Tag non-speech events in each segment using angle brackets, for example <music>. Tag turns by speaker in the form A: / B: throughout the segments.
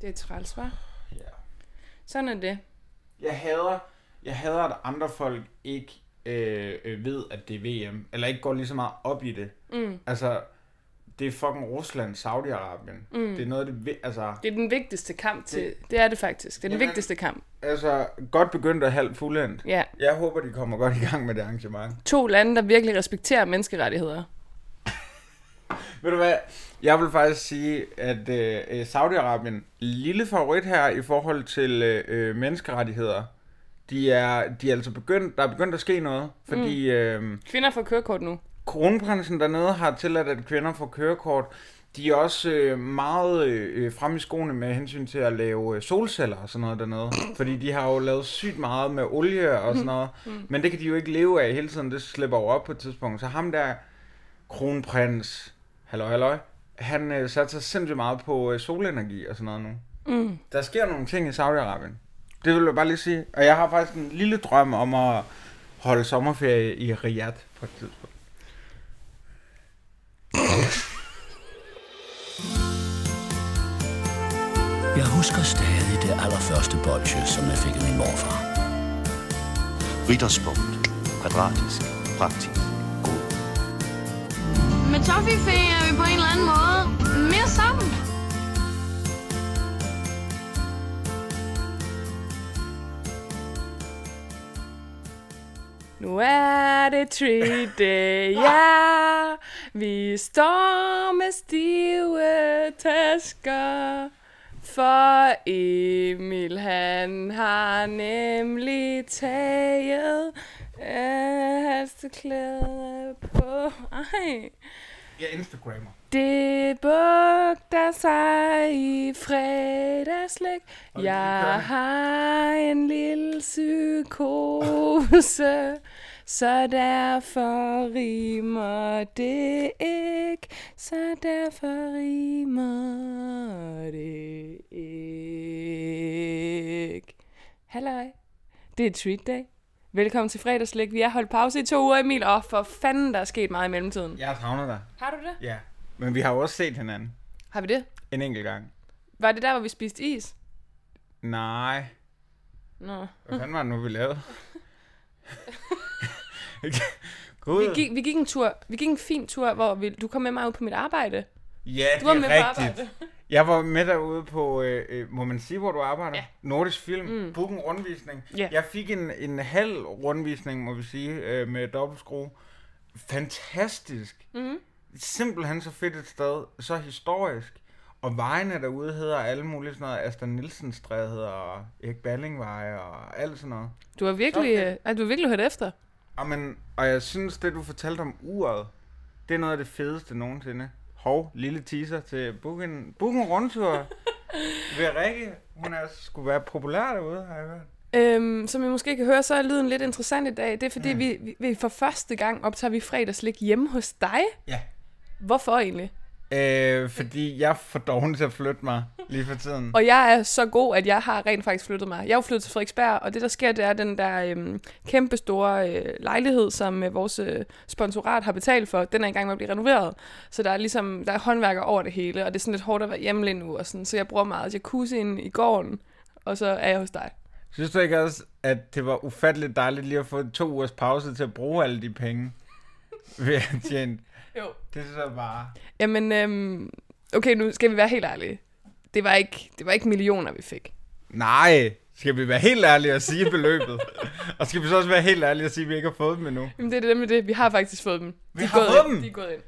A: Det er træls, hva'?
B: Ja.
A: Sådan er det.
B: Jeg hader, jeg hader, at andre folk ikke øh, øh, ved, at det er VM. Eller ikke går lige så meget op i det.
A: Mm.
B: Altså, det er fucking Rusland, Saudi-Arabien. Mm. Det er noget, af det... vi- Altså,
A: Det er den vigtigste kamp til... Det er det faktisk. Det er den
B: Jamen-
A: vigtigste kamp.
B: altså godt begyndt og halvt fuldendt.
A: Ja.
B: Jeg håber, de kommer godt i gang med det arrangement.
A: To lande, der virkelig respekterer menneskerettigheder.
B: Ved du hvad? Jeg vil faktisk sige, at øh, øh, Saudi-Arabien, lille favorit her i forhold til øh, øh, menneskerettigheder, de er, de er altså begyndt, der er begyndt at ske noget, fordi øh,
A: Kvinder får kørekort nu.
B: kronprinsen dernede har tilladt, at kvinder får kørekort. De er også øh, meget øh, øh, frem i skoene med hensyn til at lave øh, solceller og sådan noget dernede. Fordi de har jo lavet sygt meget med olie og sådan noget. Men det kan de jo ikke leve af hele tiden. Det slipper jo op på et tidspunkt. Så ham der, kronprins, halløj, halløj, han øh, satte sig sindssygt meget på øh, solenergi og sådan noget nu.
A: Mm.
B: Der sker nogle ting i Saudi-Arabien. Det vil jeg bare lige sige. Og jeg har faktisk en lille drøm om at holde sommerferie i Riyadh på et tidspunkt.
C: Jeg husker stadig det allerførste bolsje, som jeg fik af min morfar.
D: Ritterspunkt. Kvadratisk. Praktisk. God.
E: Med Toffifee er vi på en eller anden måde mere sammen.
A: Nu er det treat day, ja. Vi står med stive tasker. For Emil, han har nemlig taget øh, halsteklæde på. Ej.
B: Jeg er Instagrammer.
A: Det bugter sig i fredagslæg.
B: vi lige
A: Jeg
B: kørende?
A: har en lille psykose, så derfor rimer det ikke. Så derfor rimer det ikke. Halløj. Det er treat day. Velkommen til fredagslæg. Vi har holdt pause i to uger, Emil. Og for fanden, der er sket meget i mellemtiden.
B: Jeg har savnet dig.
A: Har du det?
B: Ja. Men vi har jo også set hinanden.
A: Har vi det?
B: En enkelt gang.
A: Var det der, hvor vi spiste is?
B: Nej.
A: Nå.
B: Hvad fanden var det nu, vi <laughs> lavede? Gud.
A: Vi gik, vi gik en tur. Vi gik en fin tur, hvor vi, du kom med mig ud på mit arbejde.
B: ja,
A: Du var
B: det
A: med
B: er
A: på
B: rigtigt.
A: arbejde.
B: Jeg var med derude på, øh, øh, må man sige, hvor du arbejder?
A: Ja.
B: Nordisk Film. Mm. Book en rundvisning.
A: Ja.
B: Jeg fik en, en halv rundvisning, må vi sige, øh, med dobbeltskrue. Fantastisk.
A: Mm-hmm.
B: Mm. Simpelthen så fedt et sted. Så historisk. Og vejene derude hedder alle mulige sådan noget. Astor Nielsen stræde hedder Erik Ballingvej og alt sådan noget.
A: Du har virkelig,
B: Så
A: øh, ej, du har virkelig hørt efter.
B: Og, men, og jeg synes, det du fortalte om uret, det er noget af det fedeste nogensinde. Hov, lille teaser til Book en, book en rundtur ved Rikke. Hun er, skulle være populær derude, har jeg hørt.
A: Øhm, som I måske kan høre, så er lyden lidt interessant i dag. Det er fordi, mm. vi, vi- vi, for første gang optager vi fredagslik hjemme hos dig.
B: Ja.
A: Hvorfor egentlig?
B: Øh, fordi jeg er for doven til at flytte mig lige for tiden.
A: Og jeg er så god, at jeg har rent faktisk flyttet mig. Jeg er jo flyttet til Frederiksberg, og det der sker, det er at den der øhm, kæmpe store øh, lejlighed, som øh, vores øh, sponsorat har betalt for, den er i gang med at blive renoveret. Så der er ligesom, der er håndværkere over det hele, og det er sådan lidt hårdt at være hjemme lige nu, og sådan, så jeg bruger meget jacuzzien i gården, og så er jeg hos dig.
B: Synes du ikke også, at det var ufatteligt dejligt lige at få to ugers pause til at bruge alle de penge, <laughs> vi har tjent?
A: Jo.
B: Det synes jeg bare...
A: Jamen, øhm, okay, nu skal vi være helt ærlige. Det var ikke, det var ikke millioner, vi fik.
B: Nej, skal vi være helt ærlige og sige beløbet? og skal vi så også være helt ærlige og sige, at vi ikke har fået dem endnu?
A: Jamen, det er det med det. Vi har faktisk fået dem.
B: Vi
A: er
B: har
A: gået
B: fået
A: ind.
B: dem?
A: De er gået ind.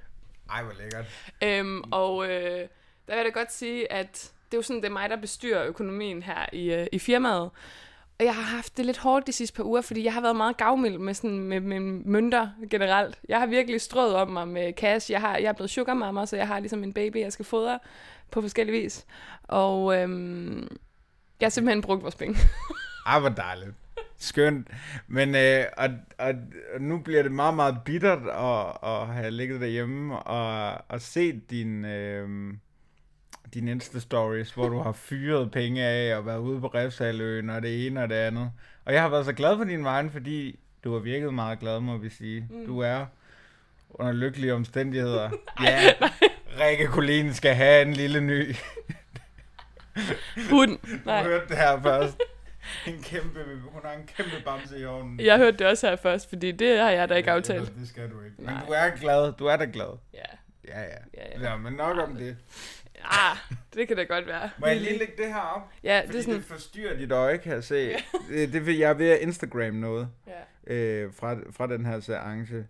B: Ej, hvor lækkert.
A: Øhm, og øh, der vil jeg da godt sige, at det er jo sådan, det er mig, der bestyrer økonomien her i, øh, i firmaet. Og jeg har haft det lidt hårdt de sidste par uger, fordi jeg har været meget gavmild med, sådan, med, med mønter generelt. Jeg har virkelig strøget om mig med cash. Jeg, har, jeg er blevet sugar mama, så jeg har ligesom en baby, jeg skal fodre på forskellige vis. Og øhm, jeg har simpelthen brugt vores penge. <laughs>
B: Ej, hvor dejligt. Skønt. Men øh, og, og, og nu bliver det meget, meget bittert at, at have ligget derhjemme og, og set din, øh, din Insta-stories, hvor du har fyret penge af og været ude på Refsaløen og det ene og det andet. Og jeg har været så glad for din vejen, fordi du har virket meget glad, må vi sige. Mm. Du er under lykkelige omstændigheder. ja, Rikke Kolin skal have en lille ny.
A: Hund.
B: Nej.
A: Nej.
B: Du hørte det her først. En kæmpe, hun har en kæmpe bamse i ovnen.
A: Jeg hørte det også her først, fordi det har jeg da ikke aftalt.
B: Det skal du ikke. Men
A: Nej.
B: du er glad. Du er da glad.
A: Ja.
B: Ja, ja.
A: Ja, ja.
B: men nok om det.
A: Ah, det kan da godt være.
B: Må jeg lige lægge det her op?
A: Ja,
B: Fordi
A: det er sådan...
B: det forstyrrer dit øje, kan jeg se. <laughs> Det, det, vil- jeg er ved at Instagram noget
A: Ja.
B: øh, fra, fra den her seance.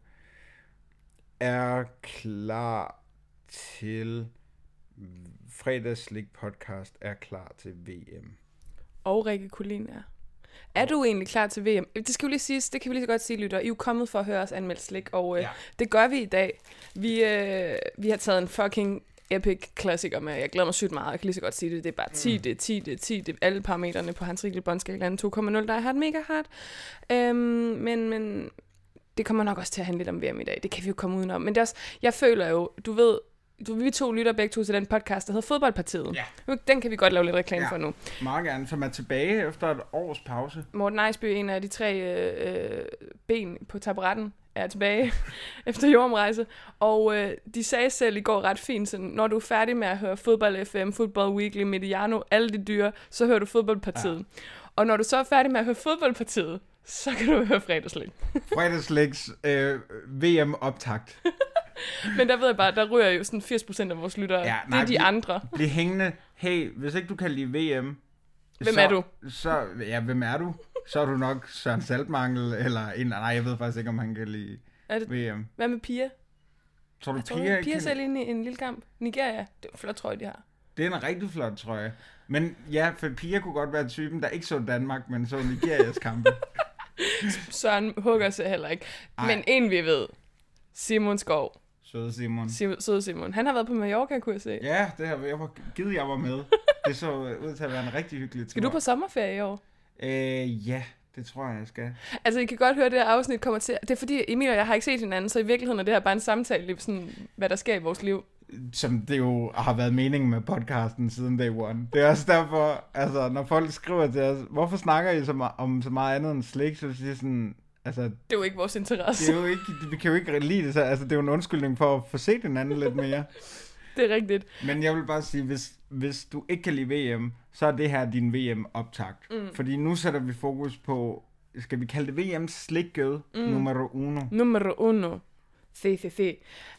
B: Er klar til fredagslik podcast er klar til VM.
A: Og Rikke Kulin, ja. Er du egentlig klar til VM? Det skal jo lige siges, det kan vi lige så godt sige, lytter. I er jo kommet for at høre os anmelde slik, og øh,
B: Ja.
A: ja. det gør vi i dag. Vi, øh, vi har taget en fucking epic klassiker med. Jeg glæder mig sygt meget, jeg kan lige så godt sige det. Det er bare
B: Mm.
A: 10, det er 10, det er 10, det er alle parametrene på Hans Rigel Bondskalaen 2,0, der er hardt, mega hardt. Øhm, men, men det kommer nok også til at handle lidt om VM i dag. Det kan vi jo komme udenom. Men det er også, jeg føler jo, du ved, du, vi to lytter begge to til den podcast, der hedder Fodboldpartiet.
B: Ja.
A: Nu- Den kan vi godt lave lidt reklame
B: Ja.
A: for nu.
B: Meget gerne, som er tilbage efter et års pause.
A: Morten Ejsby, en af de tre øh, øh, ben på taburetten, er tilbage <laughs> efter jordomrejse. Og øh, de sagde selv i går ret fint, sådan, når du er færdig med at høre Fodbold FM, Football Weekly, Mediano, alle de dyre, så hører du Fodboldpartiet. Ja. Og når du så er færdig med at høre Fodboldpartiet, så kan du <laughs> høre fredagslæg.
B: Fredagsliks øh, VM-optakt.
A: Men der ved jeg bare, der ryger jo sådan 80% af vores lyttere.
B: Ja,
A: Ja, det
B: nej,
A: er de
B: vi-
A: andre.
B: Bliv hængende. Hey, hvis ikke du kan lide VM...
A: Hvem
B: så,
A: er du?
B: Så, ja, hvem er du? Så er du nok Søren Saltmangel, eller en... Nej, jeg ved faktisk ikke, om han kan lide
A: Er det,
B: VM.
A: hvad med Pia?
B: Tror du,
A: Tror du,
B: Pia,
A: Pia er
B: kan...
A: selv inde i en lille kamp? Nigeria? Det er en flot trøje, de har.
B: Det er en rigtig flot trøje. Men ja, for Pia kunne godt være typen, der ikke så Danmark, men så Nigerias
A: <laughs>
B: kampe.
A: Søren hugger sig heller ikke. Ej. Men en vi ved, Simon Skov.
B: Søde Simon.
A: Sim- søde Simon. Han har været på Mallorca, kunne jeg se. Ja.
B: Ja, det her, jeg var givet, jeg var med. Det så ud til at være en rigtig hyggelig tur.
A: Skal du på sommerferie i år?
B: Øh, ja, det tror jeg, jeg skal.
A: Altså, I kan godt høre, at det her afsnit kommer til... Det er fordi, Emil og jeg har ikke set hinanden, så i virkeligheden er det her bare en samtale, lige sådan, hvad der sker i vores liv.
B: som det jo har været meningen med podcasten siden day one. Det er også derfor, altså, når folk skriver til os, hvorfor snakker I så meget, om så meget andet end slik, så siger jeg sådan, altså,
A: Det er jo ikke vores interesse.
B: det er jo ikke, vi kan jo ikke lide det, så, altså, det er jo en undskyldning for at få set hinanden lidt mere.
A: <laughs> Det er rigtigt.
B: Men jeg vil bare sige, hvis, hvis du ikke kan lide VM, så er det her din VM-optakt. Mm. Fordi nu sætter vi fokus på, skal vi kalde det VM slikket mm. nummer uno?
A: Nummer uno. Se, se, se.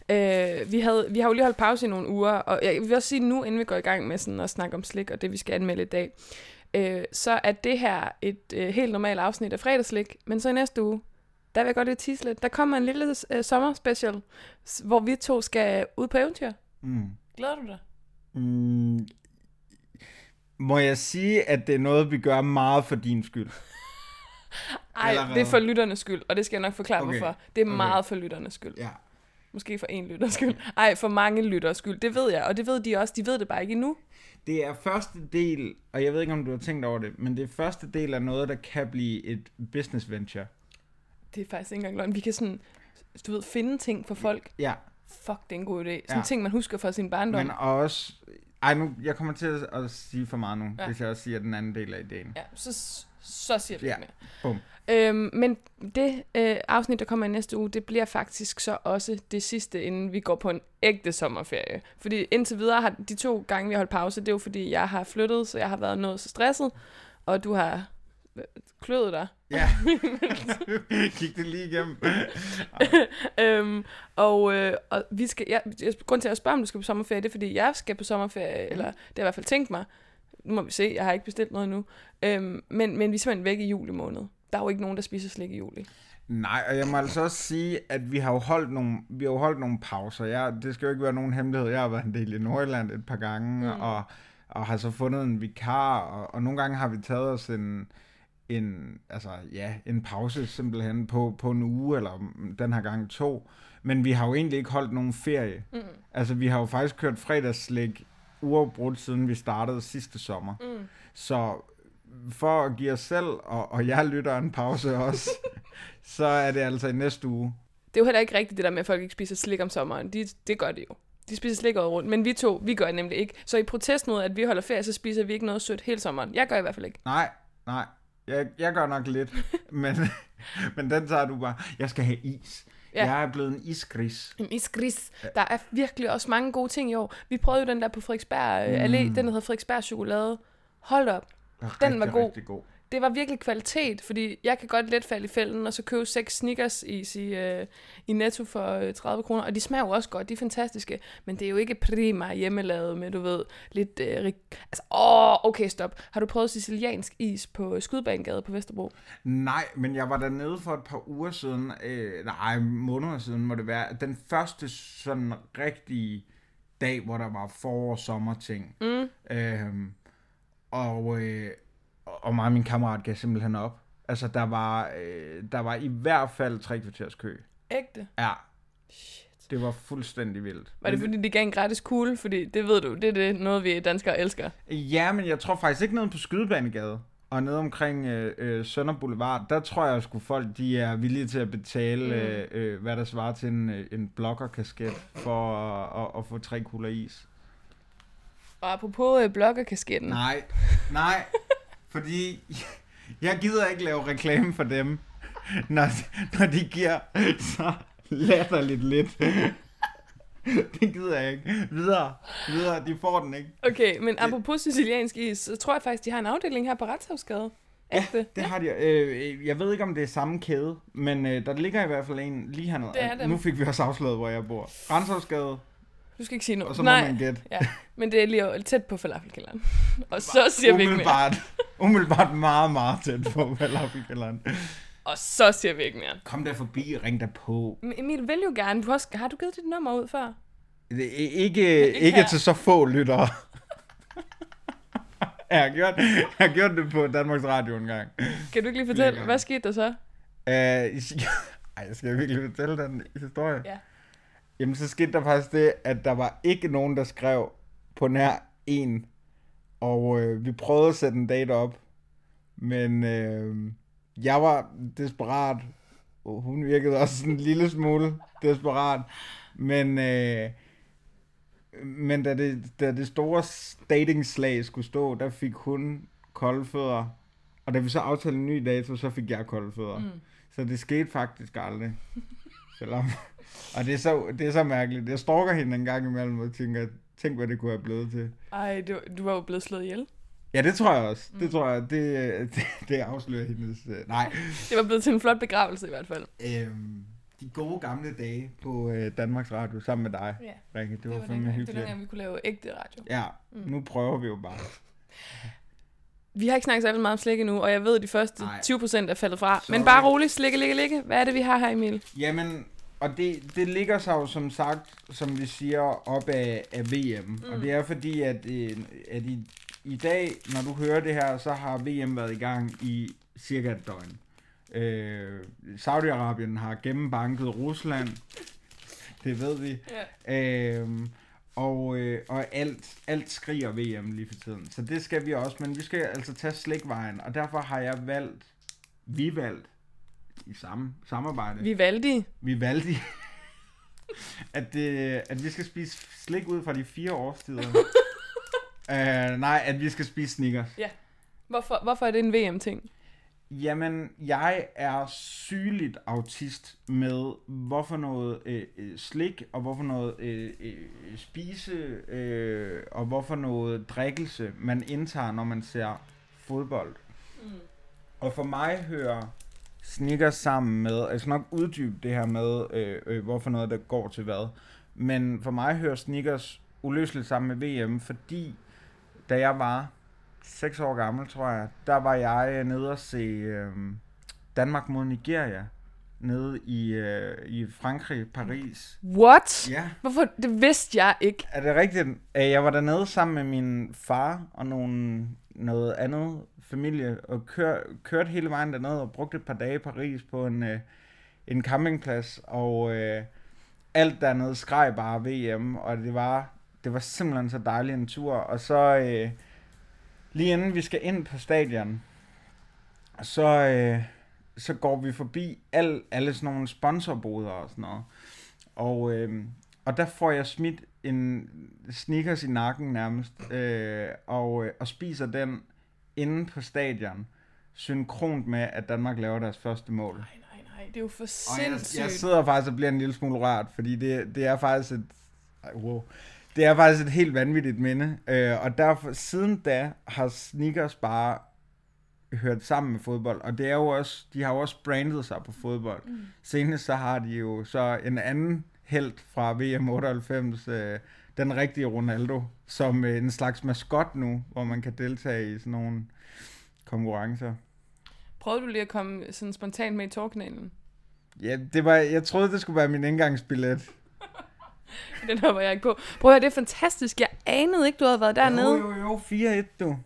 A: Øh, vi, havde, vi har jo lige holdt pause i nogle uger, og jeg vil også sige nu, inden vi går i gang med sådan at snakke om slik og det, vi skal anmelde i dag, øh, så er det her et øh, helt normalt afsnit af fredagslik, men så i næste uge, der vil jeg godt lige tease lidt. Der kommer en lille øh, sommerspecial, s- hvor vi to skal ud på eventyr.
B: Mm.
A: Glæder du dig?
B: Mm, må jeg sige, at det er noget, vi gør meget for din skyld?
A: Ej,
B: Allerede.
A: det er for lytternes skyld, og det skal jeg nok forklare,
B: Okay,
A: okay. hvorfor. Det er
B: okay.
A: okay. meget for lytternes skyld.
B: Ja.
A: Måske for en lytters skyld. Ej, for mange lytters skyld. Det ved jeg, og det ved de også. De ved det bare ikke endnu.
B: Det er første del, og jeg ved ikke, om du har tænkt over det, men det er første del af noget, der kan blive et business venture.
A: Det er faktisk ikke engang løgn. Vi kan sådan, du ved, finde ting for folk.
B: Ja,
A: Fuck, det er en god idé. Sådan
B: Ja.
A: ja. ting, man husker fra sin barndom.
B: men
A: Men,
B: også... Ej, nu, jeg kommer til at- at sige for meget nu, ja.
A: Ja.
B: hvis jeg også siger den anden del af ideen.
A: ja, så, så siger vi
B: Ja.
A: ja. mere.
B: Bum.
A: Øhm, men det øh, afsnit, der kommer i næste uge, det bliver faktisk så også det sidste, inden vi går på en ægte sommerferie. Fordi indtil videre har de to gange, vi har holdt pause, det er jo fordi, jeg har flyttet, så jeg har været noget så stresset, og du har øh, kløet dig.
B: <laughs> Ja. Kig det lige igennem.
A: Øhm, og, øh, og vi skal, jeg, jeg, grund til, at jeg spørger, om du skal på sommerferie, det er, fordi jeg skal på sommerferie, mm. eller det har jeg i hvert fald tænkt mig. Nu må vi se, jeg har ikke bestilt noget endnu. Øhm, men, men vi er simpelthen væk i juli måned. Der er jo ikke nogen, der spiser slik i juli.
B: Nej, og jeg må altså også sige, at vi har jo holdt nogle, vi har jo holdt nogle pauser. Jeg, det skal jo ikke være nogen hemmelighed. Jeg har været en del i Nordjylland et par gange, mm. og, og har så fundet en vikar, og, og nogle gange har vi taget os en, en, altså, ja, en pause simpelthen på, på en uge, eller mm, den her gang to. Men vi har jo egentlig ikke holdt nogen ferie. Mm. Altså, vi har jo faktisk kørt fredagsslik uafbrudt, siden vi startede sidste sommer. Mm. Så for at give os selv, og, og jeg lytter en pause også, så er det altså i næste uge.
A: Det er jo heller ikke rigtigt, det der med, at folk ikke spiser slik om sommeren. De, det gør det jo. De spiser slik året rundt, men vi to, vi gør det nemlig ikke. Så i protest mod, at vi holder ferie, så spiser vi ikke noget sødt hele sommeren. Jeg gør i hvert fald ikke.
B: Nej,
A: <laughs>
B: nej. Jeg, jeg gør nok lidt, men, men den tager du bare. Jeg skal have is.
A: Ja.
B: Ja. Jeg er blevet en isgris.
A: En isgris. Der er virkelig også mange gode ting i år. Vi prøvede jo den der på Frederiksberg øh, Allé, den der hedder Frederiksberg Chokolade. Hold op. Den var
B: rigtig,
A: god.
B: Rigtig god.
A: Det var virkelig kvalitet, fordi jeg kan godt let falde i fælden, og så købe seks Snickers is i, øh, i Netto for øh, 30 kroner. Og de smager jo også godt, de er fantastiske. Men det er jo ikke prima hjemmelavet med, du ved, lidt... Øh, rig- altså, åh, okay, stop. Har du prøvet siciliansk is på Skydbanegade på Vesterbro?
B: Nej, men jeg var dernede for et par uger siden, øh, nej, måneder siden må det være, den første sådan rigtige dag, hvor der var forår- og sommerting. Mm. Øhm, og, øh, og mig og min kammerat gav simpelthen op. Altså, der var, øh, der var i hvert fald tre kvarters kø.
A: Ægte.
B: Ja. Shit. Det var fuldstændig vildt.
A: Var det,
B: Men-
A: fordi de gav en gratis kugle? Fordi det ved du, det er det, noget vi danskere elsker.
B: Ja, men jeg tror faktisk ikke nede på Skydebanegade og nede omkring øh, øh, Sønder Boulevard, der tror jeg sgu folk, de er villige til at betale, mm. øh, øh, hvad der svarer til en, øh, en blokkerkasket for at, at, at få tre kugler is.
A: Og apropos øh, bloggerkasketten.
B: Nej, nej, fordi <laughs> jeg gider ikke lave reklame for dem, når, når de giver så latterligt lidt. <laughs> Det gider jeg ikke. Videre, videre, de får den ikke.
A: Okay, men apropos siciliansk is, så tror jeg faktisk, de har en afdeling her på Retshavsgade. Ægte.
B: Det har de. Øh, jeg ved ikke, om det er samme kæde, men øh, der ligger i hvert fald en lige hernede.
A: Det er dem.
B: Nu fik vi også afsløret, hvor jeg bor. Renshavsgade,
A: Du skal ikke sige noget.
B: og så
A: Nej.
B: må man gætte.
A: Ja, men det er lige tæt på
B: <laughs>
A: falafelkælderen. Og så siger vi ikke mere.
B: Umiddelbart, <laughs> umiddelbart meget, meget tæt på falafelkælderen.
A: Og så siger vi ikke mere.
B: Kom der forbi, ring der på.
A: Men Emil, vil jo gerne. Du har, også, har du givet dit nummer ud før?
B: Det er Ikke, ikke, ikke
A: her.
B: til så få lyttere. <laughs> jeg, har gjort, jeg har gjort det på Danmarks Radio en gang.
A: Kan du ikke lige fortælle,
B: gange.
A: hvad skete der så?
B: Øh, <laughs> ej, skal jeg virkelig fortælle den historie?
A: Ja.
B: Jamen, så skete der faktisk det, at der var ikke nogen, der skrev på nær en. Og øh, vi prøvede at sætte en date op, men øh, jeg var desperat. Og Hun virkede også sådan en lille smule desperat. Men, øh, men da, det, da det store datingslag skulle stå, der fik hun kolde fødder. Og da vi så aftalte en ny dato, så fik jeg kolde fødder. Mm. Så det skete faktisk aldrig. Selvom... Og det er, så, det er så mærkeligt. Jeg stalker hende en gang imellem og tænker, tænk hvad det kunne have blevet til.
A: Ej, du, du var jo blevet slået ihjel.
B: Ja, det tror jeg også.
A: Mm.
B: Det tror jeg, det, øh, det, <laughs> det afslører hendes... øh, Nej.
A: Det var blevet til en flot begravelse i hvert fald.
B: Øhm, de gode gamle dage på øh, Danmarks Radio sammen med dig,
A: Ja,
B: Rikke. Det,
A: Det
B: var, var
A: var den gang,
B: fandme
A: det var
B: hyggeligt.
A: dengang, Mm. vi kunne lave ægte radio.
B: Ja, nu prøver vi jo bare.
A: Vi har ikke snakket særlig meget om slik endnu, og jeg ved, at de første
B: Nej.
A: 20 procent er faldet fra. Men
B: Sorry.
A: bare rolig, slikke, ligge, ligge. Hvad er det, vi har her, Emil?
B: Jamen, og det, det ligger sig jo som sagt, som vi siger, op af, af VM. Mm. Og det er fordi, at, øh, at i, i dag, når du hører det her, så har VM været i gang i cirka et døgn. Øh, Saudi-Arabien har gennembanket Rusland. Det ved vi. Ja. Øh, og, øh, og alt, alt skriger VM lige for tiden. Så det skal vi også, men vi skal altså tage slikvejen. Og derfor har jeg valgt, vi valgt, i samme samarbejde
A: Vi valgte
B: vi valgte, <laughs> at, øh, at vi skal spise slik ud fra de fire årstider. uh, nej, at vi skal spise sneakers.
A: Hvorfor, hvorfor er det en VM-ting?
B: Jamen, jeg er sygeligt autist med, hvorfor noget øh, øh, slik, og hvorfor noget øh, øh, spise, øh, og hvorfor noget drikkelse, man indtager, når man ser fodbold. Mm. Og for mig hører sneakers sammen med, og jeg skal nok uddybe det her med, øh, øh, hvorfor noget, der går til hvad, men for mig hører sneakers uløseligt sammen med VM, fordi da jeg var 6 år gammel, tror jeg, der var jeg øh, nede og se øh, Danmark mod Nigeria nede i, øh, i Frankrig, Paris.
A: What?
B: Ja.
A: Hvorfor? Det vidste jeg ikke.
B: Er det rigtigt? Øh, Jeg var dernede sammen med min far og nogle, noget andet familie, og kør, kørte hele vejen derned og brugte et par dage i Paris på en, øh, en campingplads, og øh, alt dernede skreg bare VM, og det var, det var simpelthen så dejlig en tur. Og så øh, lige inden vi skal ind på stadion, så, øh, så går vi forbi al, alle sådan nogle sponsorboder og sådan noget. Og, øh, og der får jeg smidt en sneakers i nakken nærmest, øh, og, øh, og spiser den inde på stadion, synkront med, at Danmark laver deres første mål.
A: Nej, nej, nej. det er jo for
B: Og jeg,
A: sindssygt.
B: jeg sidder faktisk og bliver en lille smule rørt, fordi det, det er faktisk et... Ej, wow. Det er faktisk et helt vanvittigt minde. Øh, og derfor, siden da har sneakers bare hørt sammen med fodbold, og det er jo også, de har jo også brandet sig på fodbold. Mm. Senest så har de jo så en anden held fra VM 98, øh, den rigtige Ronaldo, som øh, en slags maskot nu, hvor man kan deltage i sådan nogle konkurrencer.
A: Prøvede du lige at komme sådan spontant med i tårkanalen? <laughs>
B: Ja, det var, jeg troede, det skulle være min indgangsbillet.
A: Den hopper jeg ikke på. Prøv at høre, det er fantastisk. Jeg anede ikke, du havde været dernede.
B: Jo, jo, jo, 4-1, du.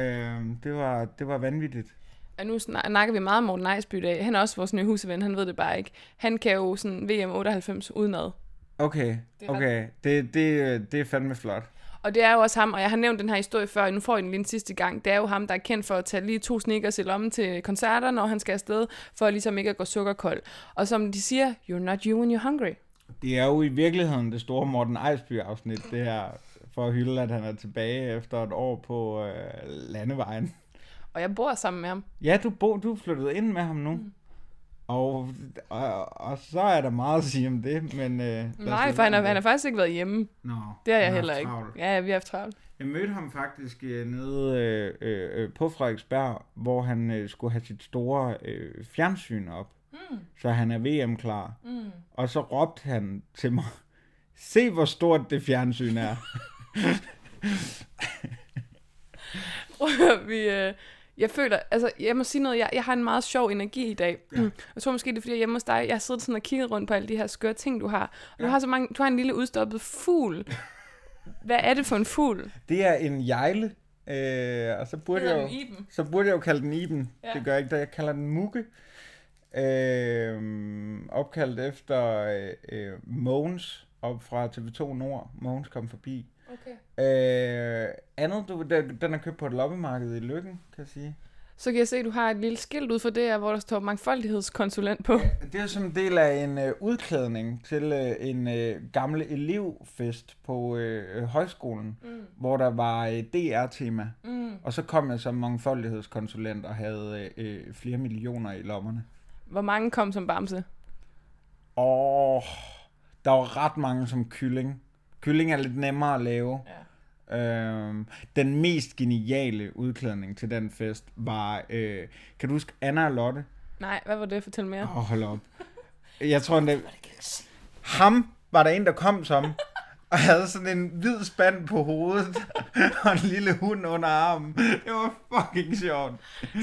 B: Øhm, det, var, det var vanvittigt.
A: Og nu snak- snakker vi meget om Morten Ejsby i dag. Han er også vores nye huseven, han ved det bare ikke. Han kan jo sådan VM 98 udenad.
B: Okay,
A: Det var-
B: okay. Det, det, øh, det er fandme flot.
A: Og det er jo også ham, og jeg har nævnt den her historie før, og nu får I den lige en sidste gang. Det er jo ham, der er kendt for at tage lige to sneakers i lommen til koncerter, når han skal afsted, for ligesom ikke at gå sukkerkold. Og som de siger, you're not you when you're hungry.
B: Det er jo i virkeligheden det store Morten Ejsby-afsnit, det her, for at hylde, at han er tilbage efter et år på øh, landevejen.
A: Og jeg bor sammen med ham.
B: Ja, du, bo, du er flyttet ind med ham nu. Mm. Og, og, og så er der meget at sige om det, men... Øh, lad os
A: Nej,
B: lade
A: for han
B: være
A: har, han
B: med
A: har
B: det.
A: faktisk ikke været hjemme.
B: Nå,
A: Det har
B: han
A: jeg
B: haft
A: heller ikke.
B: travlt.
A: Ja, ja, vi har haft travlt.
B: Jeg mødte ham faktisk øh, nede øh, øh, øh, på Frederiksberg, hvor han øh, skulle have sit store øh, fjernsyn op, mm.
A: Hmm.
B: så han er VM-klar. Mm. Og så råbte han til mig, <laughs> se hvor stort det fjernsyn er.
A: Prøv at høre, <laughs> vi, øh, jeg føler, altså jeg må sige noget, jeg, jeg har en meget sjov energi i dag. Ja. Jeg tror måske, det er fordi, jeg er hjemme hos dig, jeg har siddet sådan og kigget rundt på alle de her skøre ting, du har. Og du har så mange, du har en lille udstoppet fugl. Hvad er det for en fugl?
B: <laughs> det er en jejle, øh, og så burde,
A: Hedder
B: jeg jo,
A: den Iben?
B: så burde jeg jo kalde den Iben.
A: Ja.
B: Ja. Det gør jeg ikke, da jeg kalder den Mugge. Øh, opkaldt efter øh, øh, Mogens op fra TV2 Nord. Mogens kom forbi.
A: Okay.
B: Øh, andet, du, den den er købt på et loppemarked i Lykken, kan jeg sige.
A: Så kan jeg se, at du har et lille skilt ud for det her, hvor der står mangfoldighedskonsulent på.
B: Det er som en del af en øh, udklædning til øh, en øh, gamle elevfest på øh, øh, højskolen, mm. hvor der var øh, DR-tema. Mm. Og så kom jeg som mangfoldighedskonsulent og havde øh, øh, flere millioner i lommerne.
A: Hvor mange kom som bamse?
B: Åh, der var ret mange som kylling. Kylling er lidt nemmere at lave. Ja. Øhm, den mest geniale udklædning til den fest var, øh, kan du huske Anna og Lotte?
A: Nej, hvad var det? Fortæl mere.
B: Åh, oh, hold op. Jeg tror, det... Ham var der en, der kom som, og havde sådan en hvid spand på hovedet, og en lille hund under armen. Det var fucking sjovt.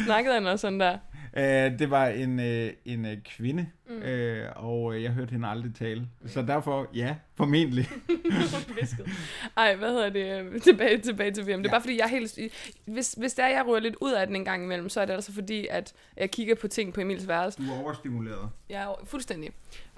A: Snakkede han også sådan der?
B: Øh, det var en, øh, en øh, kvinde, mm. øh, og øh, jeg hørte hende aldrig tale. Så derfor, ja, formentlig.
A: <laughs> Visket. Ej, hvad hedder det? Øhm, Tilbage, tilbage til VM. Det er bare fordi, jeg er helt... Hvis, hvis der jeg ryger lidt ud af den en gang imellem, så er det altså fordi, at jeg kigger på ting på Emils værelse.
B: Du er overstimuleret.
A: Jeg er jo fuldstændig.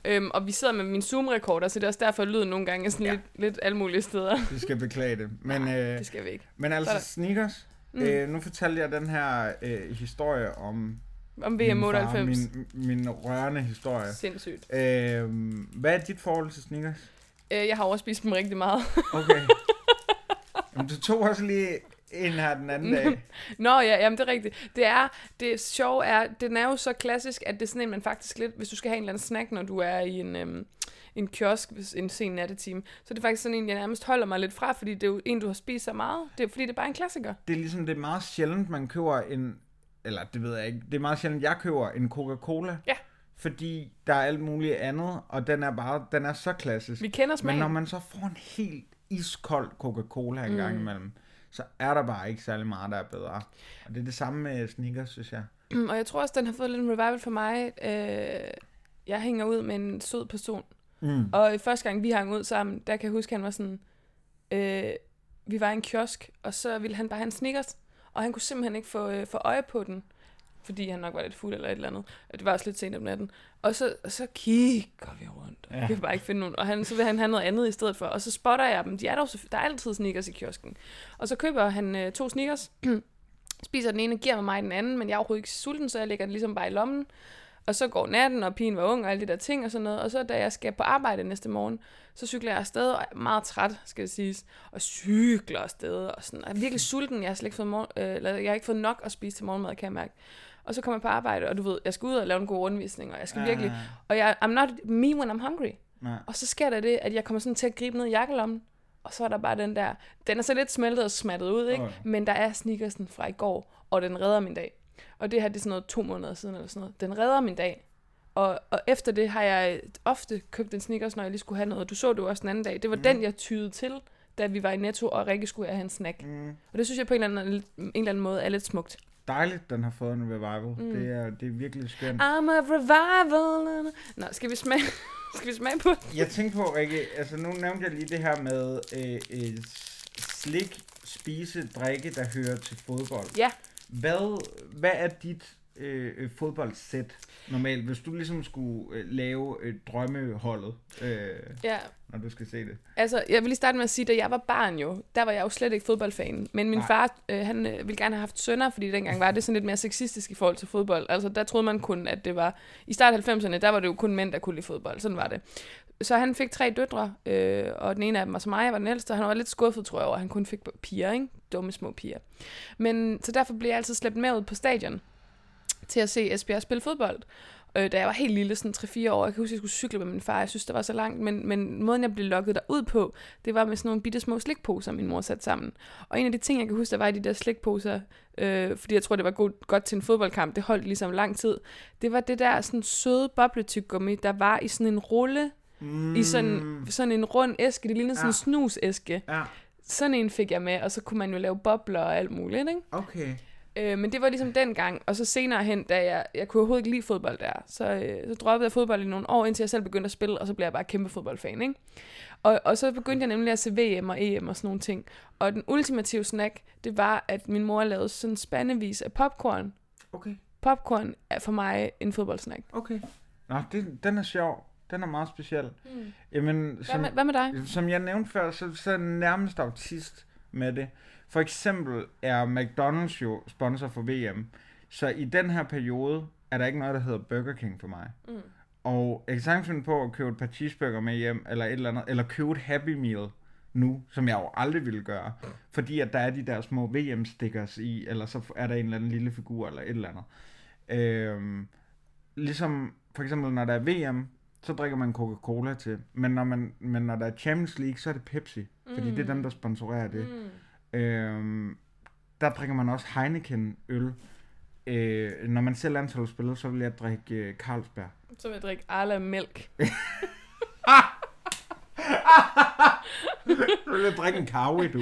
A: Øhm, og vi sidder med min Zoom-rekorder, så det er også derfor, at lyden nogle gange er sådan ja. lidt, lidt alle mulige steder.
B: Du skal beklage det. Men, øh,
A: Det skal vi ikke.
B: men altså,
A: Sådan.
B: sneakers. Mm. Øh, nu fortalte jeg den her øh, historie om
A: Om
B: min
A: VM
B: far,
A: 98. Min...
B: min, min rørende historie.
A: Sindssygt.
B: Øh, hvad er dit forhold til sneakers?
A: Øh, jeg har overspist dem rigtig meget.
B: Okay. <laughs> Jamen, du tog også lige en her den anden
A: <laughs>
B: dag.
A: Nå ja, jamen det er rigtigt. Det er, det sjove er, den er jo så klassisk, at det er sådan en, man faktisk lidt, hvis du skal have en eller anden snack, når du er i en, øhm, en kiosk, hvis- en sen nattetime, så er det faktisk sådan en, jeg nærmest holder mig lidt fra, fordi det er jo en, du har spist så meget. Det er fordi, det er bare en klassiker.
B: Det er ligesom, det er meget sjældent, man køber en... Eller det ved jeg ikke. Det er meget sjældent, jeg køber en Coca-Cola.
A: Ja.
B: Fordi der er alt muligt andet, og den er bare, den er så klassisk.
A: Vi kender
B: Men
A: smagen.
B: når man så får en helt iskold Coca-Cola en mm. gang imellem, så er der bare ikke særlig meget, der er bedre. Og det er det samme med sneakers, synes jeg.
A: Mm, <clears throat> og jeg tror også, den har fået lidt en revival for mig. Øh, jeg hænger ud med en sød person. Mm. Og øh, første gang, vi hang ud sammen, der kan jeg huske, han var sådan... Øh, vi var i en kiosk, og så ville han bare have en Snickers. Og han kunne simpelthen ikke få, øh, få øje på den. Fordi han nok var lidt fuld eller et eller andet. Det var også lidt sent om natten. Og så, og så kigger vi rundt. Ja. Vi kan bare ikke finde nogen. Og han, så vil han have noget andet i stedet for. Og så spotter jeg dem. De er der, der er altid sneakers i kiosken. Og så køber han øh, to sneakers spiser den ene og giver mig den anden, men jeg er overhovedet ikke sulten, så jeg lægger den ligesom bare i lommen. Og så går natten, og pigen var ung, og alle de der ting og sådan noget. Og så da jeg skal på arbejde næste morgen, så cykler jeg afsted, og er meget træt, skal jeg siges. Og cykler afsted, og sådan. Og jeg er virkelig sulten. Jeg har, slet ikke fået morgen, øh, eller jeg har ikke fået nok at spise til morgenmad, kan jeg mærke. Og så kommer jeg på arbejde, og du ved, jeg skal ud og lave en god undervisning, og jeg skal virkelig... Og jeg, I'm not me when I'm hungry.
B: Nej.
A: Og så sker der det, at jeg kommer sådan til at gribe ned i jakkelommen, og så er der bare den der... Den er så lidt smeltet og smattet ud, ikke?
B: Åh, ja.
A: Men der er sneakersen fra i går, og den redder min dag. Og det her, det er sådan noget to måneder siden eller sådan noget. Den redder min dag. Og, og efter det har jeg ofte købt en sneakers, når jeg lige skulle have noget. Du så det jo også den anden dag. Det var mm. den, jeg tyede til, da vi var i Netto, og Rikke skulle have en snack. Mm. Og det synes jeg på en eller, anden, en eller anden måde er lidt smukt.
B: Dejligt, den har fået en revival. Mm. Det, er, det er virkelig skønt.
A: I'm a revival. Nå, skal vi smage, <laughs> skal vi smage på
B: Jeg tænkte på, Rikke, altså nu nævnte jeg lige det her med øh, øh, slik, spise, drikke, der hører til fodbold.
A: Ja,
B: Hvad, hvad er dit øh, øh, fodboldsæt normalt, hvis du ligesom skulle øh, lave øh, drømmeholdet, øh,
A: ja.
B: når du skal se det?
A: Altså, jeg vil lige starte med at sige, at da jeg var barn jo, der var jeg jo slet ikke fodboldfan. Men min Nej.
B: Nej.
A: far, øh, han øh, ville gerne have haft sønner, fordi dengang var det sådan lidt mere sexistisk i forhold til fodbold. Altså, der troede man kun, at det var... I start 90'erne, der var det jo kun mænd, der kunne lide fodbold. Sådan var det. Så han fik tre døtre, øh, og den ene af dem var som mig, jeg var den ældste. og Han var lidt skuffet, tror jeg, over, at han kun fik piger, ikke? Dumme små piger. Men, så derfor blev jeg altid slæbt med ud på stadion til at se Esbjerg spille fodbold. Øh, da jeg var helt lille, sådan 3-4 år, jeg kan huske, at jeg skulle cykle med min far, jeg synes, det var så langt, men, men måden, jeg blev lukket derud på, det var med sådan nogle bitte små slikposer, min mor satte sammen. Og en af de ting, jeg kan huske, der var i de der slikposer, øh, fordi jeg tror, det var god, godt til en fodboldkamp, det holdt ligesom lang tid, det var det der sådan søde bobletyggummi, der var i sådan en rulle, mm. i sådan, sådan en rund æske, det lignede sådan en
B: Ja.
A: snusæske.
B: Ja,
A: Sådan en fik jeg med, og så kunne man jo lave bobler og alt muligt, ikke?
B: okay.
A: Øh, men det var ligesom dengang, og så senere hen, da jeg, jeg kunne overhovedet ikke lide fodbold der, så, øh, så droppede jeg fodbold i nogle år, indtil jeg selv begyndte at spille, og så blev jeg bare kæmpe fodboldfan, ikke? Og, og så begyndte jeg nemlig at se VM og EM og sådan nogle ting. Og den ultimative snack, det var, at min mor lavede sådan spandevis af popcorn.
B: Okay,
A: Popcorn er for mig en fodboldsnack.
B: okay. Nå, det, den er sjov. Den er meget speciel. Mm. Jamen,
A: Hmm. Hvad
B: som,
A: med, hvad med dig?
B: Som jeg nævnte før, så, så er jeg nærmest autist med det. For eksempel er McDonald's jo sponsor for VM, så i den her periode er der ikke noget, der hedder Burger King for mig.
A: Hmm.
B: Mm. Og jeg kan sagtens finde på at købe et par cheeseburger med hjem, eller et eller andet, eller købe et Happy Meal nu, som jeg jo aldrig ville gøre, fordi at der er de der små VM-stickers i, eller så er der en eller anden lille figur, eller et eller andet. Øhm, ligesom for eksempel når der er VM, så drikker man Coca-Cola til. Men når, man, men når der er Champions League, så er det Pepsi. Fordi det er dem, der sponsorerer det. Mm. Øhm, der drikker man også Heineken-øl. Øh, når man ser landsholdsspiller, så vil jeg drikke øh, Carlsberg.
A: Så vil jeg drikke Arla <laughs> mælk.
B: Så vil jeg drikke en kave, du.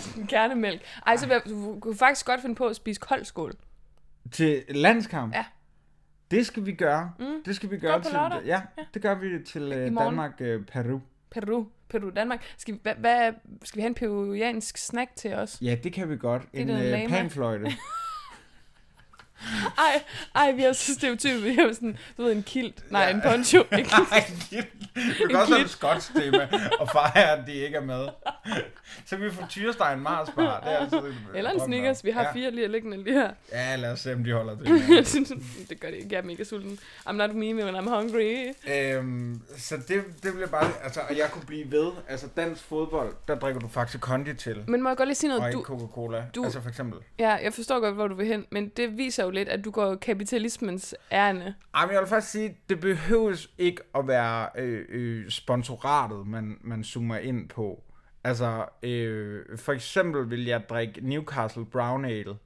A: sådan kernemælk. Ej, så vil jeg, du kunne faktisk godt finde på at spise kold skål.
B: Til landskamp?
A: Ja.
B: Det skal vi gøre. Mm. Det skal vi gøre
A: Gør på
B: til...
A: lørdag.
B: Ja, det gør vi til øh,
A: morgen.
B: Danmark-Peru.
A: Peru. Peru, Danmark. Skal vi, hvad, hvad, skal vi have en peruansk snack til os?
B: ja, det kan vi godt. En
A: noget
B: øh,
A: lama. <laughs>
B: panfløjte.
A: Ej, ej, vi er så stereotype. Vi er jo sådan, du ved, en kilt. Nej, en
B: <laughs>
A: poncho. Ikke?
B: Nej, du kan også have et skotsk tema, og fejre, at de ikke er med. Så vi får Tyrestein Mars bare. Det er altid, det, vi
A: Eller en
B: drømmer om.
A: Snickers. Vi
B: ja.
A: har fire lige liggende lige her.
B: Ja, lad os se, om de holder til
A: <laughs>
B: hinanden.
A: det gør det ikke. Jeg er mega sulten. I'm not me when I'm hungry.
B: øhm, så det, det bliver bare... Altså, og jeg kunne blive ved. Altså, dansk fodbold, der drikker du faktisk kondi til.
A: Men må jeg godt lige sige
B: Og
A: noget?
B: ikke
A: Du,
B: Coca-Cola.
A: du-
B: altså, for eksempel.
A: ja, jeg forstår godt, hvor du vil hen, men det viser jo lidt, at du går kapitalismens ærne.
B: Ej, men jeg vil faktisk sige, det behøves ikke at være øh, øh, sponsoratet, man, man zoomer ind på. Altså, øh, for eksempel vil jeg drikke Newcastle Brown Ale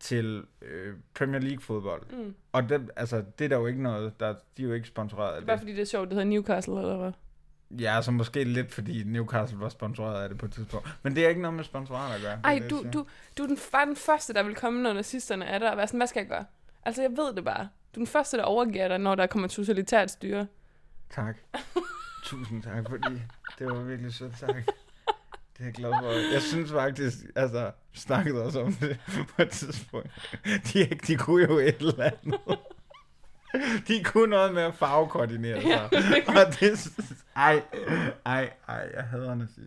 B: til øh, Premier League fodbold. Mm. Og det, altså, det er der jo ikke noget, der, de er jo ikke sponsoreret af
A: Bare
B: det.
A: fordi det er sjovt, det hedder Newcastle, eller hvad?
B: Ja, så måske lidt, fordi Newcastle var sponsoreret af det på et tidspunkt. Men det er ikke noget med sponsorater at gøre. det er
A: Ej,
B: det, jeg
A: du,
B: siger.
A: du, du er den, bare den første, der vil komme, når nazisterne er der, og være sådan, hvad skal jeg gøre? Altså, jeg ved det bare. Du er den første, der overgiver dig, når der kommer et totalitært styre.
B: Tak. Tusind tak, fordi det var virkelig sødt tak. Det er jeg glad for. Jeg synes faktisk, altså, vi snakkede også om det på et tidspunkt. De, de kunne jo et eller andet. De kunne noget med at farvekoordinere sig. Og det, ej, ej, ej, jeg hader nazisme.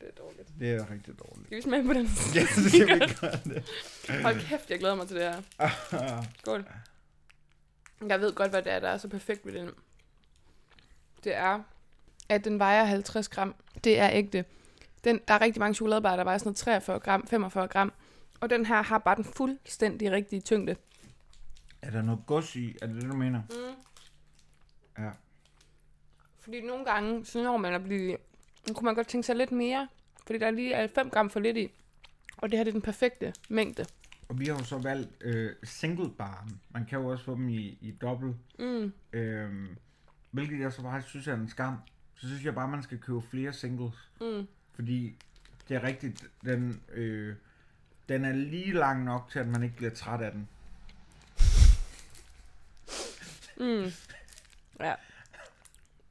A: Det er dårligt.
B: Det er rigtig dårligt.
A: Skal vi smage på den?
B: <laughs> Ja, så skal vi gøre det. Ah.
A: Hold kæft, jeg glæder mig til det her. Skål. Jeg ved godt, hvad det er, der er så perfekt ved den. Det er, at den vejer 50 gram. Det er ægte. Den, der er rigtig mange chokoladebarer, der vejer sådan noget 43 gram, 45 gram. Og den her har bare den fuldstændig rigtige tyngde.
B: Er der noget gods i? Er det det, du mener? Mm. Ja.
A: Fordi nogle gange, så når man at blive... Nu kunne man godt tænke sig lidt mere, fordi der lige er 5 gram for lidt i. Og det her det er den perfekte mængde.
B: Og vi har jo så valgt øh, single baren. Man kan jo også få dem i, i dobbelt.
A: Mm.
B: Øhm, hvilket jeg så bare synes er en skam. Så synes jeg bare, man skal købe flere singles.
A: Mm.
B: Fordi det er rigtigt, den, øh, den er lige lang nok til, at man ikke bliver træt af den.
A: Mm. Ja.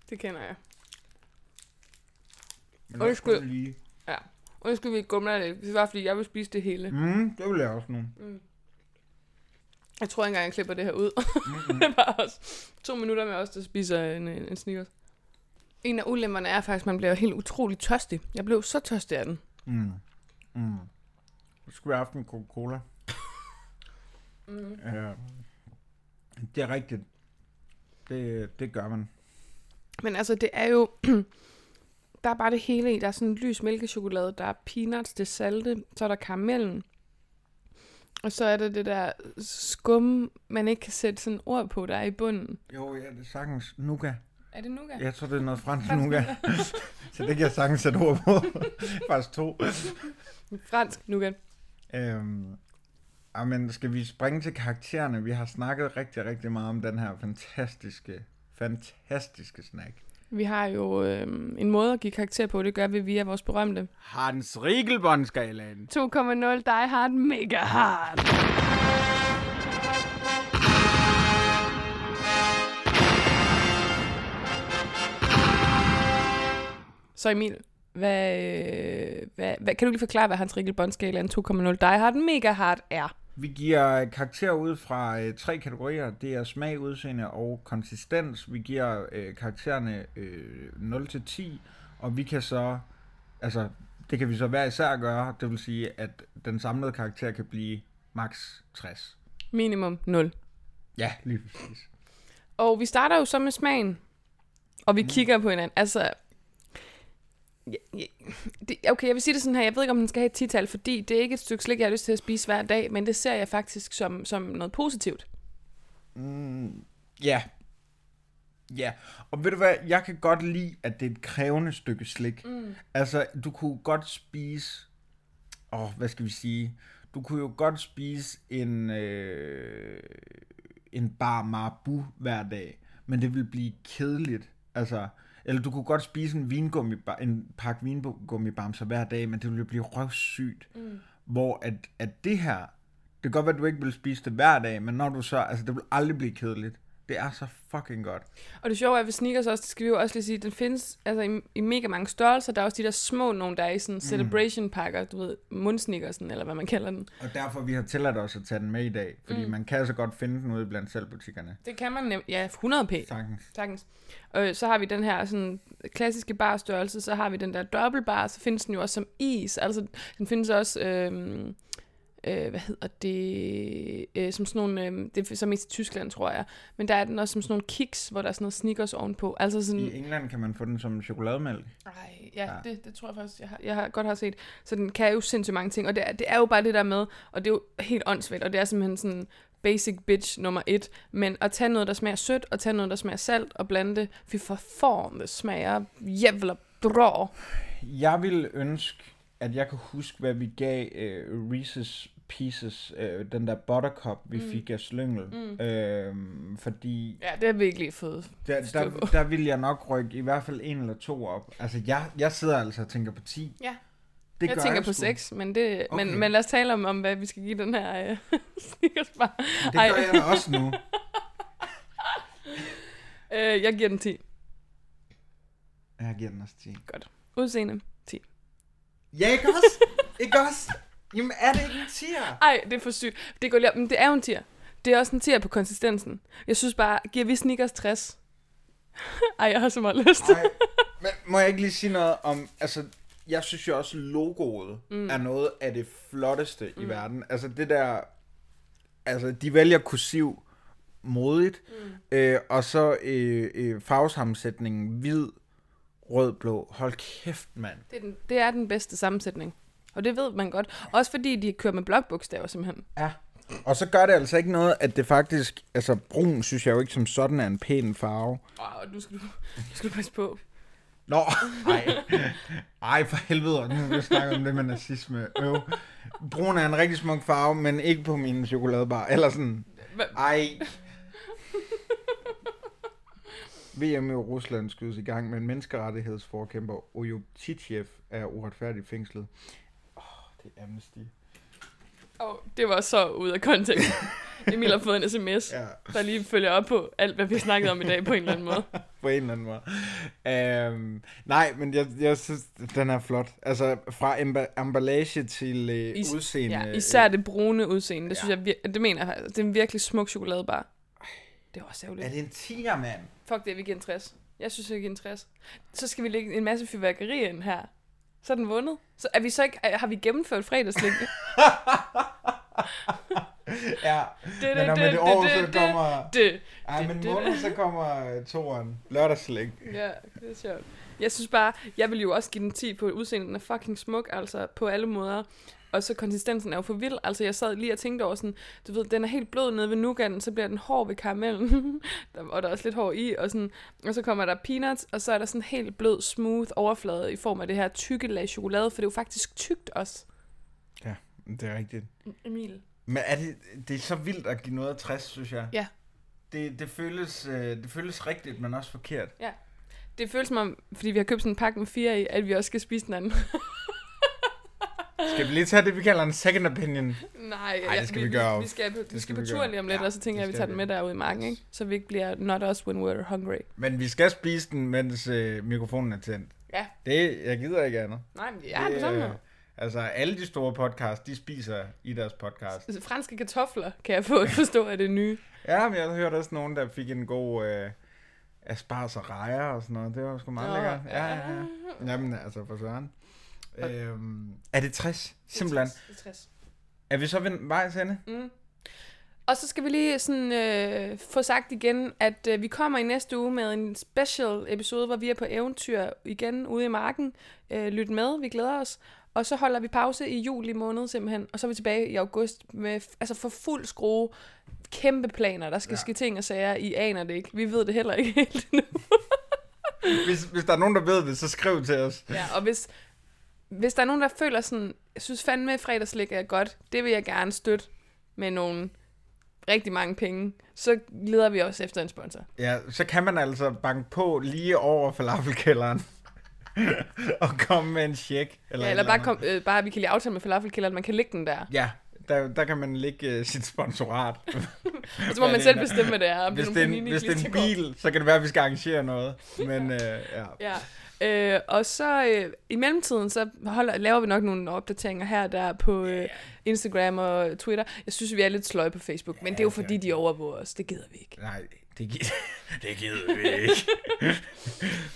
A: Det kender jeg.
B: Men også
A: Undskyld.
B: kun Lige.
A: Ja. Undskyld, vi gumler lidt. Det var, fordi jeg vil spise det hele.
B: Mm, det vil jeg også nu.
A: Mm. Jeg tror ikke engang, jeg klipper det her ud. <laughs>
B: Mm,
A: det var også to minutter med os, der spiser en, en sneakers. En af ulemmerne er faktisk, at man bliver helt utrolig tørstig. Jeg blev så tørstig af den.
B: Mm. Mm. Så skulle jeg have haft en Coca-Cola. mm. øh, det er rigtigt. Det, det gør man.
A: Men altså, det er jo... <clears throat> der er bare det hele i. Der er sådan en lys mælkechokolade, der er peanuts, det er salte, så er der karamellen. Og så er der det der skum, man ikke kan sætte sådan ord på, der er i bunden.
B: Jo, ja, det er sagtens nougat.
A: Er det nougat?
B: Jeg tror, det er noget fransk nougat. <laughs> så det kan jeg sagtens sætte ord på. Faktisk to.
A: Fransk nougat.
B: Øhm, ah, men skal vi springe til karaktererne? Vi har snakket rigtig, rigtig meget om den her fantastiske, fantastiske snack.
A: Vi har jo øh, en måde at give karakter på, det gør vi via vores berømte
B: Hans Riegelbåndskalaen.
A: 2,0 Die Hard Mega Hard. Så Emil, hvad, øh, hvad, hvad, kan du lige forklare, hvad Hans Rikkel Bondskalaen 2,0 Die Hard Mega Hard er?
B: Vi giver karakterer ud fra øh, tre kategorier. Det er smag, udseende og konsistens. Vi giver øh, karaktererne øh, 0 til 10, og vi kan så altså det kan vi så hver især gøre. Det vil sige at den samlede karakter kan blive maks 60.
A: Minimum 0.
B: Ja, lige præcis.
A: Og vi starter jo så med smagen. Og vi mm. kigger på hinanden. Altså, ja, ja, det, okay, jeg vil sige det sådan her. Jeg ved ikke, om den skal have et tital, fordi det er ikke et stykke slik, jeg har lyst til at spise hver dag, men det ser jeg faktisk som, som noget positivt.
B: Ja. Ja, og ved du hvad, jeg kan godt lide, at det er et krævende stykke slik. Mm. Altså, du kunne godt spise, åh, oh, hvad skal vi sige, du kunne jo godt spise en, øh, en bar marbu hver dag, men det ville blive kedeligt. Altså, eller du kunne godt spise en, vingummi, en pakke vingummibamser hver dag, men det ville jo blive røvsygt. Mm. Hvor at, at det her, det kan godt være, at du ikke vil spise det hver dag, men når du så, altså det vil aldrig blive kedeligt. Det er så fucking godt.
A: Og det sjove er, ved sneakers også, det skal vi jo også lige sige, den findes altså, i, i mega mange størrelser. Der er også de der små nogle, der er i sådan celebration pakker, du ved, mundsneakersen, eller hvad man kalder den.
B: Og derfor vi har tilladt os at tage den med i dag, fordi mm. man kan så godt finde den ude blandt selvbutikkerne.
A: Det kan man nemt. Ja, 100 p.
B: Sagtens.
A: Sagtens. Øh, så har vi den her sådan, klassiske barstørrelse, så har vi den der dobbeltbar, så findes den jo også som is. Altså, den findes også, øhm, øh, hvad hedder det, øh, som sådan nogle, øh, det er så mest i Tyskland, tror jeg. Men der er den også som sådan nogle kiks, hvor der er sådan noget sneakers ovenpå. Altså sådan,
B: I England kan man få den som chokolademælk.
A: ej, ja,
B: Ja.
A: Det, det tror jeg faktisk, jeg, har, jeg har, godt har set. Så den kan jo sindssygt mange ting, og det er, det er jo bare det der med, og det er jo helt åndssvagt, og det er simpelthen sådan basic bitch nummer et, men at tage noget, der smager sødt, og tage noget, der smager salt, og blande det, fy for form, det smager jævla bra.
B: Jeg ville ønske, at jeg kan huske, hvad vi gav øh, Reese's Pieces, øh, den der buttercup, vi mm. fik af slyngel. Mm. Øh, fordi
A: Ja, det har vi ikke lige fået.
B: Der, der,
A: Forstå.
B: der vil jeg nok rykke i hvert fald en eller to op. Altså, jeg, jeg sidder altså og tænker på 10.
A: Ja.
B: Det
A: jeg
B: gør
A: tænker
B: jeg
A: på
B: sgu.
A: sex, men, det, okay.
B: Okay.
A: men, men lad os tale om, om hvad vi skal give den her øh, <laughs> sneakersbar.
B: Det gør jeg da også nu.
A: øh, jeg giver den 10.
B: Jeg giver den også 10.
A: Godt. Udseende 10.
B: Ja, ikke også? Ikke også? Jamen, er det ikke en 10'er?
A: Ej, det er for sygt. Det, går lige op. Men det er jo en tier. Det er også en tier på konsistensen. Jeg synes bare, giver vi sneakers 60? <laughs> Ej, jeg har så meget lyst.
B: Nej. Men må jeg ikke lige sige noget om... Altså, jeg synes jo også, logoet mm. er noget af det flotteste mm. i verden. Altså, det der... Altså, de vælger kursiv modigt. Mm. Øh, og så øh, øh, farvesammensætningen hvid, rød, blå. Hold kæft, mand.
A: Det er, den, det er den bedste sammensætning. Og det ved man godt. Også fordi de kører med blokbogstaver simpelthen.
B: Ja. Og så gør det altså ikke noget, at det faktisk... Altså, brun synes jeg jo ikke som sådan er en pæn farve.
A: Åh, nu skal du, <laughs> nu skal du passe på.
B: Nå, nej. Ej, for helvede, nu vil jeg snakke om det med nazisme. Øv. Brun er en rigtig smuk farve, men ikke på min chokoladebar. Eller sådan, ej. VM i Rusland skydes i gang, men menneskerettighedsforkæmper Oyub Titjev er uretfærdigt fængslet. Åh, oh, det er amnesty.
A: Og det var så ud af <laughs> kontekst. Emil har fået en sms,
B: Ja.
A: ja. der lige følger op på alt, hvad vi har snakket om i dag på en eller anden måde.
B: på en eller anden måde. Øhm, nej, men jeg, jeg synes, den er flot. Altså, fra emba- emballage til øh,
A: Is-
B: udseende.
A: Ja,
B: øh,
A: især det brune udseende, det synes
B: Ja.
A: jeg, vir- det mener jeg, faktisk. det er en virkelig smuk chokoladebar. Det er også ærgerligt.
B: Er det en tiger, mand?
A: Fuck det, vi giver en 60. Jeg synes, jeg giver en 60. Så skal vi lægge en masse fyrværkeri ind her. Så er den vundet. Så er vi så ikke, er- har vi gennemført fredagslægge?
B: <laughs> Ja, men om et år, så kommer...
A: Det.
B: Ej, men en måned, så kommer øh, toeren. Lørdagslæg.
A: Ja, det er sjovt. Jeg synes bare, jeg vil jo også give den 10 på udseendet. Den er fucking smuk, altså på alle måder. Og så konsistensen er jo for vild. Altså jeg sad lige og tænkte over sådan, du ved, den er helt blød nede ved nougatten, så bliver den hård ved karamellen. <laughs> Der- og der er også lidt hår i, og, sådan, og så kommer der peanuts, og så er der sådan en helt blød, smooth overflade i form af det her tykke lag chokolade, for det er jo faktisk tykt også.
B: Ja, det er rigtigt.
A: Emil.
B: Men er det, det er så vildt at give noget af 60, synes jeg.
A: Ja.
B: Det, det, føles, øh, det føles rigtigt, men også forkert.
A: Ja. Det føles som om, fordi vi har købt sådan en pakke med fire i, at vi også skal spise den anden.
B: Skal vi lige tage det, vi kalder en second opinion?
A: Nej,
B: Ej, det skal vi gøre.
A: Vi skal, vi skal,
B: skal
A: på
B: vi
A: tur
B: gøre.
A: lige om lidt,
B: Ja,
A: ja, og så tænker
B: det
A: jeg, at vi
B: skal
A: tager den
B: vi.
A: med derude i marken, ikke? Så vi ikke bliver not us when we're hungry.
B: Men vi skal spise den, mens øh, mikrofonen er tændt.
A: Ja,
B: Det, jeg gider ikke andet.
A: nej, men ja, det, på samme
B: øh,
A: måde.
B: Altså, alle de store podcasts, de spiser i deres podcast.
A: Altså, Franske kartofler kan jeg få forstå, at det er nye.
B: Ja, men jeg hørte også nogen, der fik en god øh, aspars og rejer og sådan noget. Det var sgu meget
A: Nå,
B: lækkert. Ja,
A: ja.
B: ja, ja. Jamen, altså, for søren. Øhm, er det 60? Simpelthen.
A: Det er 60.
B: Er vi så ved vejs ende?
A: Mm. Og så skal vi lige sådan, øh, få sagt igen, at øh, vi kommer i næste uge med en special episode, hvor vi er på eventyr igen ude i marken. Øh, lyt med, vi glæder os. Og så holder vi pause i juli måned simpelthen, og så er vi tilbage i august med f- altså for fuld skrue, kæmpe planer, der skal
B: Ja.
A: ja. ske ting og sager. I aner det ikke, vi ved det heller ikke helt endnu.
B: Hvis, hvis der er nogen, der ved det, så skriv til os.
A: Ja, og hvis, hvis der er nogen, der føler sådan, jeg synes fandme, at fredagslik er godt, det vil jeg gerne støtte med nogle rigtig mange penge, så leder vi også efter en sponsor.
B: Ja, så kan man altså banke på lige over falafelkælderen. <laughs> og komme med en check. Eller,
A: Ja,
B: et
A: eller bare,
B: andet.
A: kom, øh, bare, vi kan lige aftale med falafelkælderen, man kan lægge den der.
B: Ja, der, der kan man lægge uh, sit sponsorat.
A: Og så må
B: Hvad
A: man
B: det
A: selv
B: er.
A: bestemme, hvad det er. om
B: hvis,
A: er
B: det er
A: nogle
B: en, hvis det er en
A: panini-klisterkort.
B: bil, så kan det være, at vi skal arrangere noget. Men øh, ja.
A: Ja. Øh, og så øh, i mellemtiden, så holder, laver vi nok nogle opdateringer her og der på øh, Instagram og Twitter. Jeg synes, vi er lidt sløje på Facebook, men det er jo fordi, de overvåger os. Det gider vi ikke.
B: Nej, det, gi- <laughs> det gider vi ikke.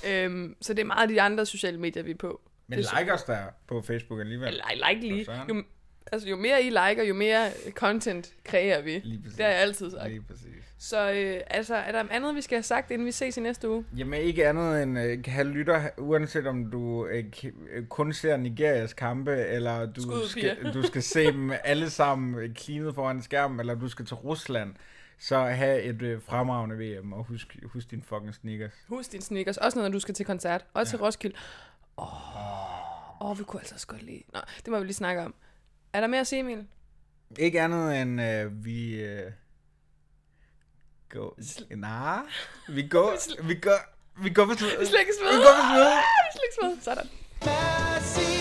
A: Øhm, så det er meget de andre sociale medier, vi er på.
B: Men like os der på Facebook alligevel.
A: Eller ej, like lige.
B: For søren.
A: Jo, altså, jo mere I liker, jo mere content kræver vi.
B: Lige præcis.
A: Det har jeg altid sagt.
B: Lige præcis.
A: Så øh, altså, er der andet, vi skal have sagt, inden vi ses i næste uge?
B: Jamen ikke andet end øh, kan have lytter, uanset om du øh, k- øh, kun ser Nigerias kampe, eller du
A: Skud,
B: skal,
A: piger.
B: du skal se dem alle sammen øh, klinet foran skærmen, eller du skal til Rusland, så have et øh, fremragende VM, og husk, husk din fucking sneakers.
A: Husk din sneakers, også når du skal til koncert, og til Roskilde. Åh, oh, vi kunne altså også godt lide. Nå, det må vi lige snakke om. Er der mere at sige, Emil?
B: Ikke andet end øh, vi... Øh, går... Nej, vi går... Vi går... Vi går på...
A: <laughs> Slikkes med!
B: Vi går på...
A: Slikkes med! Sådan.
F: Messi,